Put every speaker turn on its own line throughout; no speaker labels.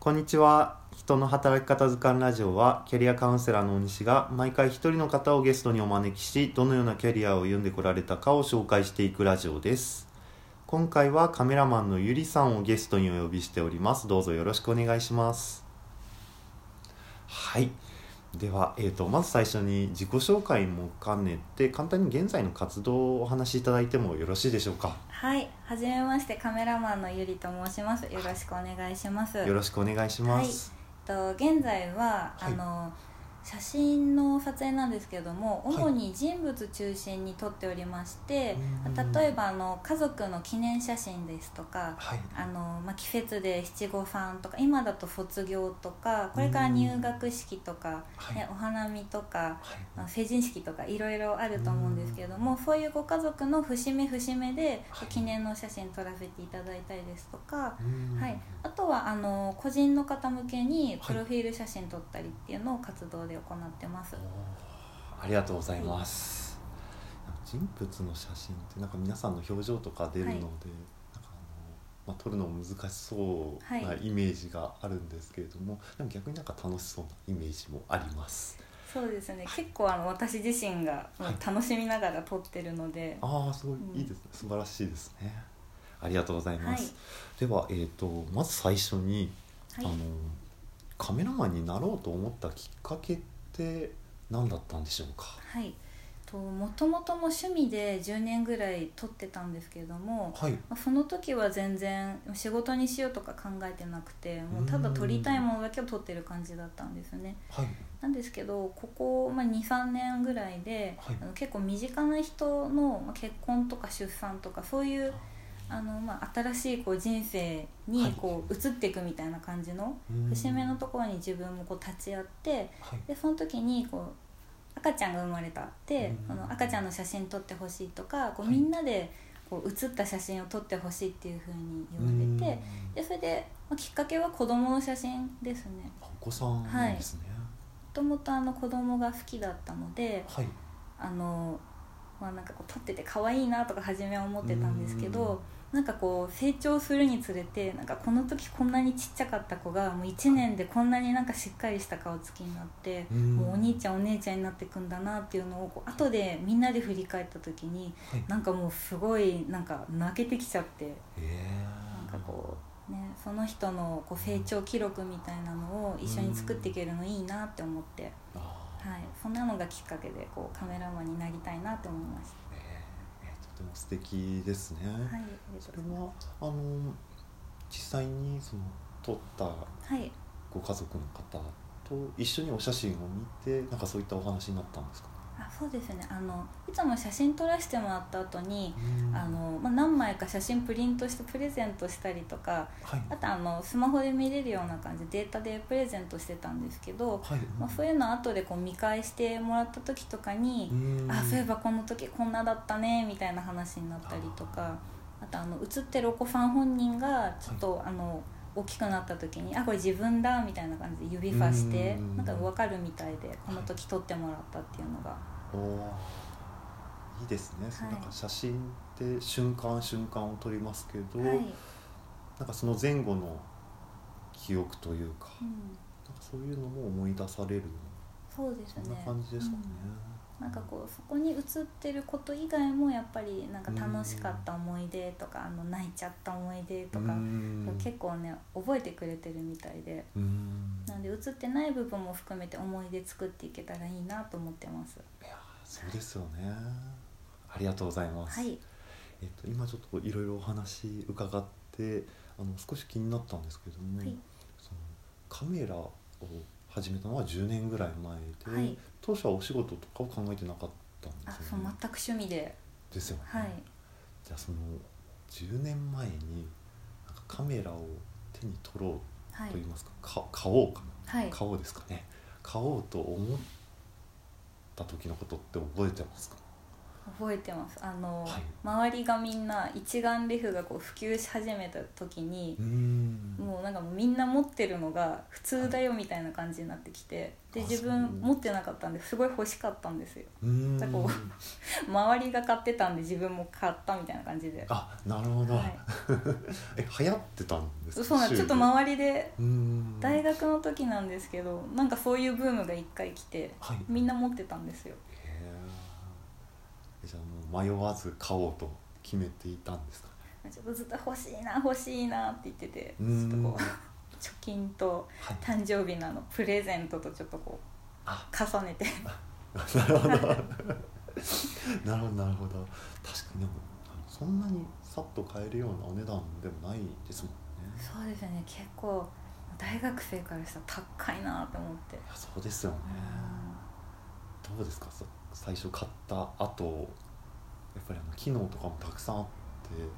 こんにちは人の働き方図鑑ラジオはキャリアカウンセラーの大西が毎回一人の方をゲストにお招きしどのようなキャリアを歩んでこられたかを紹介していくラジオです今回はカメラマンのゆりさんをゲストにお呼びしておりますどうぞよろしくお願いしますはいでは、えー、とまず最初に自己紹介も兼ねて簡単に現在の活動をお話しいただいてもよろしいでしょうか
はい、はじめましてカメラマンのゆりと申します。よろしくお願いします。
よろしくお願いします、
と現在は、
はい
あの写真の撮影なんですけども、
はい
主に人物中心に撮っておりまして
うん、
例えばあの家族の記念写真ですとか。
はい
あのまあ、季節で七五三とか今だと卒業とかこれから入学式とか、
はい
ね、お花見とか
はい
まあ成人式とかいろいろあると思うんですけれども、そういうご家族の節目節目で
はい
記念の写真撮らせていただいたりですとか、
うん
はい、あとはあの個人の方向けに
はい
プロフィール写真撮ったりっていうのを活動で行ってます、
ありがとうございます。人物の写真ってなんか皆さんの表情とか出るので、
はい
なんかあのまあ撮るのも難しそうな
はい
イメージがあるんですけれども、でも逆になんか楽しそうなイメージもあります。
そうですね結構あの私自身がもう楽しみながら撮ってるので、
ああすごい
うん
いいですね、素晴らしいですね。ありがとうございます。
は
ではえっ、とまず最初に、
はい
あのカメラマンになろうと思ったきっかけって何だったんでしょうか。
はいともともとも趣味で10年ぐらい撮ってたんですけれども、
はい。
まあその時は全然仕事にしようとか考えてなくてもうただ
うん
撮りたいものだけを撮ってる感じだったんですね
はい。
なんですけどここ、まあ、23年ぐらいで、
はい
あの結構身近な人のまあ結婚とか出産とかそういうあの、まあ、新しいこう人生
はい
にこう移っていくみたいな感じの
うん
節目のところに自分もこう立ち会って
はい。
でその時にこう赤ちゃんが生まれたって、
うん
あの赤ちゃんの写真撮ってほしいとかこう
はい
みんなでこう写った写真を撮ってほしいっていうふうに言われてでそれで、まあ、きっかけは子供の写真ですね
あお子さんなんですね。
もともとあの子供が好きだったので
はい。
あの、まあ、なんかこう撮ってて可愛いなとか初めは思ってたんですけどなんかこう成長するにつれてなんかこの時こんなにちっちゃかった子がもう1年でこんなになんかしっかりした顔つきになって。
うん、
もうお兄
ち
ちゃんお姉ちゃんになっていくんだなっていうのをこう後でみんなで振り返った時に
ゃん。はい、
なんかもうすごいなんか泣けてきちゃって、
え
なんかこね、その人のこう成長記録みたいなのを一緒に作っていけるのいいなって思って、
う。ああ、
はい、そんなのがきっかけでこうカメラマンになりたいなって思いまし
えええとても素敵ですね。
た。はい、ありが
そ
と
れ
うございま
はあの実際にその撮った
すはい、
ご家族の方と一緒にお写真を見てなんかそういったお話になったんですか。
あそうですねあのいつも写真撮らせてもらった後に
うん
あの、まあ、何枚か写真プリントしてプレゼントしたりとか、
はい
あとあのスマホで見れるような感じでデータでプレゼントしてたんですけど、
はい。
まあ、そういうの後でこう見返してもらった時とかに、
ん
あそういえばこの時こんなだったねみたいな話になったりとかあとあの写ってるお子さん本人がちょっと、あの大きくなった時にあこれ自分だみたいな感じで指さして
うん
なんか分かるみたいでこの時撮ってもらったっていうのが
おーいいですね、その
はい
なんか写真って瞬間瞬間を撮りますけど、
はい、
なんかその前後の記憶というか、
うん、
なんかそういうのも思い出される
そうです
そ
ね
んな感じですかね
うん。なんかこうそこに写ってること以外もやっぱりなんか楽しかった思い出とかあの泣いちゃった思い出と
う
か
ん
結構ね覚えてくれてるみたいで
うん
なので写ってない部分も含めて思い出作っていけたらいいなと思ってます
いやそうですよね。ありがとうございます。
はい
えっと今ちょっといろいろお話伺ってあの少し気になったんですけども、
はい
そのカメラを始めたのは10年ぐらい前で、
はい
当初はお仕事とかを考えてなかったんで
あ
す
そ
よ
う
ね。
全く趣味で
ですよね。
はい
じゃあその10年前になんかカメラを手に取ろう
はい
と言いますか、か買おうかな、
はい
買おうですかね買おうと思った時のことって覚えてますか
覚えてますあの、
はい
周りがみんな一眼レフがこう普及し始めた時に
うーん
もうなんかもうみんな持ってるのが普通だよみたいな感じになってきてで
あ
自
そう
分持ってなかったんですごい欲しかったんですよ
うーん
なんかこ周りが買ってたんで自分も買ったみたいな感じで
あなるほど、
はい
え流行ってたん ですか
そうなんですちょっと
周
周りで
りうーん
大学の時なんですけどなんかそういうブームが一回来て
はい
みんな持ってたんですよ
へーじゃあもう迷わず買おうと決めていたんですかね
ちょっとずっと欲しいな欲しいなって言ってて
う
ち
ー
ょっ
ん
とこう 貯金と
はい
誕生日のあのプレゼントとちょっとこ
あ
う重ねて
なるほどなるほどなるほど確かにでもあのそんなにさっと買えるようなお値段でもないですもんね
そうですよね結構大学生からしたら高いなって思って
いやそうですよねどうですかさ最初買った後やっぱりあの機能とかもたくさんあっ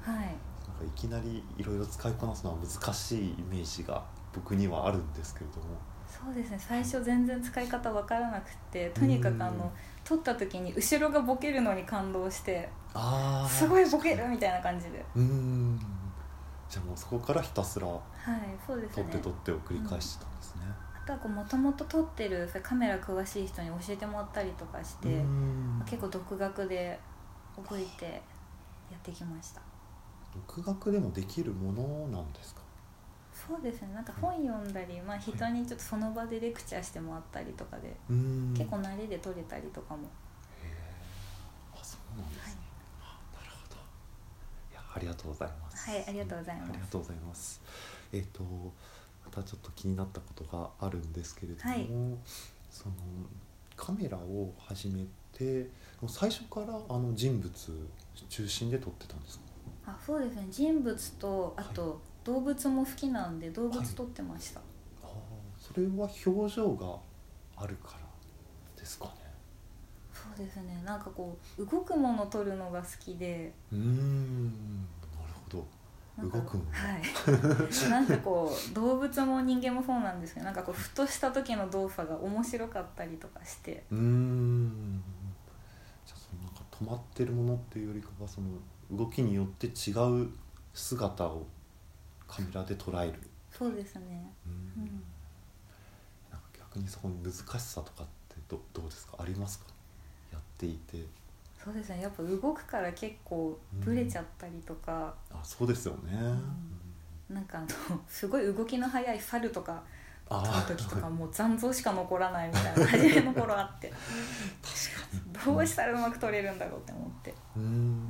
て
はい
なんかいきなりいろいろ使いこなすのは難しいイメージが僕にはあるんですけれども
そうですね最初全然使い方分からなくてとにかくあ
うん
の撮った時に後ろがボケるのに感動して
あ
すごいボケるみたいな感じで
うーんじゃあもうそこからひたすら
はいそうです
取って
ね
取ってを繰り返してたんですね、
あとはもともと撮ってるそういうカメラ詳しい人に教えてもらったりとかして
うーん
結構独学で覚えてやってきました
独学でもできるものなんですか
そうですねなんか本読んだり、まあ、人にちょっとその場でレクチャーしてもらったりとかで
うーん
結構慣れで撮れたりとかも
あそうなんですね、なるほどいやありがとうございます
はいありがとうございます
ありがとうございますえっ、とまたちょっと気になったことがあるんですけれども、
はい
そのカメラを始めてもう最初からあの人物中心で撮ってたんですか
あそうですね人物とあ
は
と動物も好きなんで動
は
物
い
撮ってました、
ああそれは表情があるからですかね
そうですねなんかこう動くもの撮るのが好きで
うーんなるほど
なんか
動くもの
はい なんかこう動物も人間もそうなんですけどなんかこうふとした時の動作が面白かったりとかして
うーんじゃあそのなんか止まってるものっていうよりかはその動きによって違う姿をカメラで捉える
そうですね
うーん
うん
なんか逆にそこに難しさとかってどどうですかありますかやっていて
そうですねやっぱ動くから結構ブレちゃったりとか、
あそうですよね、うん
なんかあの すごい動きの速い猿とか
あ
撮
あ
る時とかもう残像しか残らないみたいな初めの 頃あってどうしたらうまく撮れるんだろうって思って
うーん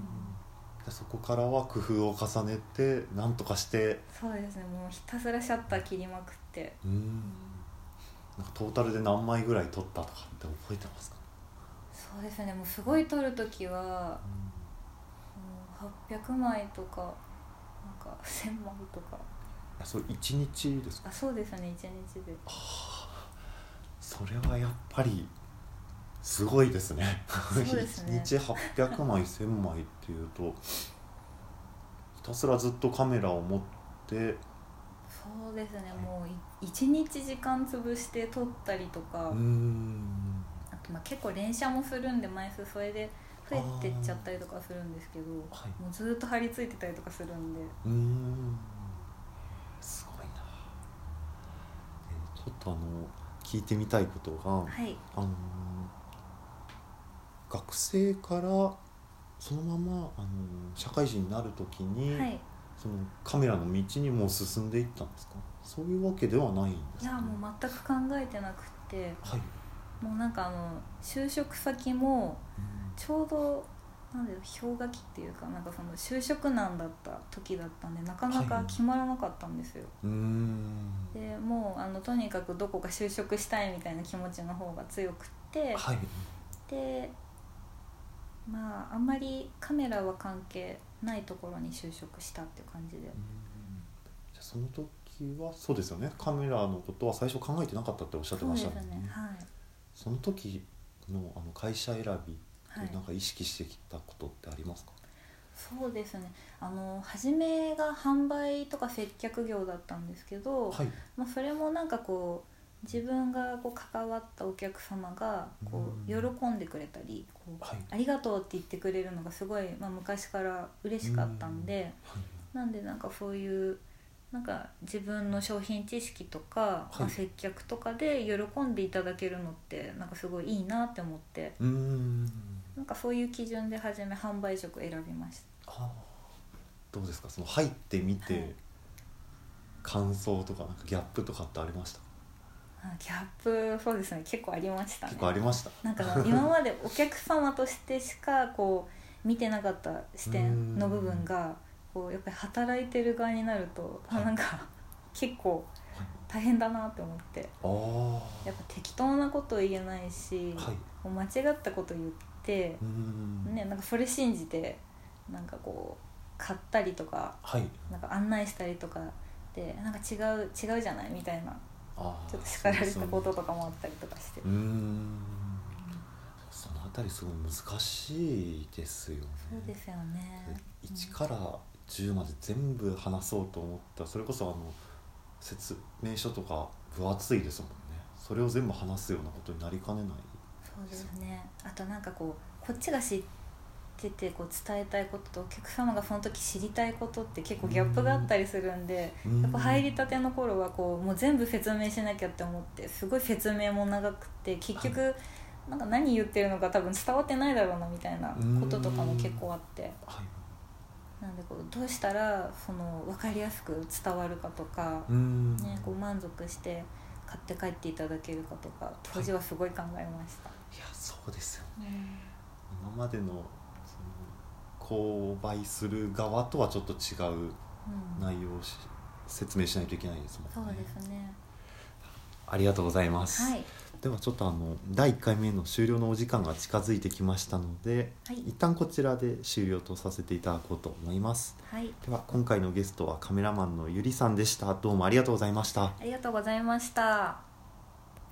じゃあそこからは工夫を重ねてなんとかして
そうですねもうひたすらシャッター切りまくって
うーんなんかトータルで何枚ぐらい撮ったとかって覚えてますか、
そうですねもうすごい撮る時は
うん
もう800枚とかなんか1000枚とか
あそれ一日ですか
あそうですね一日で
それはやっぱりすごいですね
そうですね
一日800枚1000枚っていうとひたすらずっとカメラを持って
そうですねもうい一日時間潰して撮ったりと
う
か、
ーん
あとまあ結構連写もするんで枚数それで増えてっちゃったりとかするんですけど
はい
もうずっと張り付いてたりとかするんで
うーんすごいな、えーちょっとあの聞いてみたいことが、
はい
あのー学生からそのまま、あのー社会人になるときに、
はい
そのカメラの道にもう進んでいったんですかそういうわけではないんです
い
か
やもう全く考えてなくって
はい、
もうなんかあの就職先もちょうどなんだろう氷河期っていうかなんかその就職難だった時だったんでなかな
は
か
い
決まらなかったんですよ、
うーん
でもうあのとにかくどこか就職したいみたいな気持ちの方が強くって
はい
でまああんまりカメラは関係ないところに就職したっていう感じ
う
で
ーんじゃあその時はそうですよねカメラのことは最初考えてなかったっておっしゃって
そう
ま
で
し
す
た
ね
もん
はい
その時のあの会社選び
は
で
い
なんか意識してきたことってありますか、
そうですねあの初めが販売とか接客業だったんですけど、
はい
まあ、それもなんかこう自分がこう関わったお客様がこう喜
うん
んでくれたりこう
はい
ありがとうって言ってくれるのがすごい、まあ、昔から嬉しかったんで
はい
なんでなんかそういうなんか自分の商品知識とか、
はい
まあ接客とかで喜んでいただけるのってなんかすごいいいなって思って
うーん
なんかそういう基準で初め販売職選びました
あーどうですかその入ってみて、
はい
感想とかなんかギャップとかってありました
あギャップそうですね結構ありましたね
結構ありました
なんか今までお客様としてしかこう見てなかった視点の部分がこうやっぱり働いてる側になるとあ
はい
なんか結構大変だなって思って
ああ
やっぱ適当なこと言えないし、
はい
こう間違ったこと言って
うーん、
ねなんかそれ信じてなんかこう買ったりとか
はい
なんか案内したりとかでなんか違う違うじゃないみたいな
あー
ちょっと叱られたこと
そうですよね
とかもあったりとかして
うーんそのあたりすごい難しいですよね
そうですよね
1から10まで全部話そうと思ったらそれこそあの説明書とか分厚いですもんねそれを全部話すようなことになりかねない
そうですねあとなんかこうこっちが知っててこう伝えたいこととお客様がその時知りたいことって結構ギャップがあったりするんで
うん
やっぱ入りたての頃はこうもう全部説明しなきゃって思ってすごい説明も長くて結局、なんか何言ってるのか多分伝わってないだろうなみたいなこととかも結構あって
はい
なんでこうどうしたらその分かりやすく伝わるかとか、
うーん
ね、こう満足して買って帰っていただけるかとか当時はすごい考えました。
いやそうですよ
うん
今までのその購買する側とはちょっと違う
うん
内容をし説明しないといけないです
そ
もん
う
ね
ですね。
ありがとうございます、
はい。
ではちょっとあの第1回目の終了のお時間が近づいてきましたので、
はい
一旦こちらで終了とさせていただこうと思います
はい。
では今回のゲストはカメラマンのゆりさんでしたどうもありがとうございました
ありがとうございました。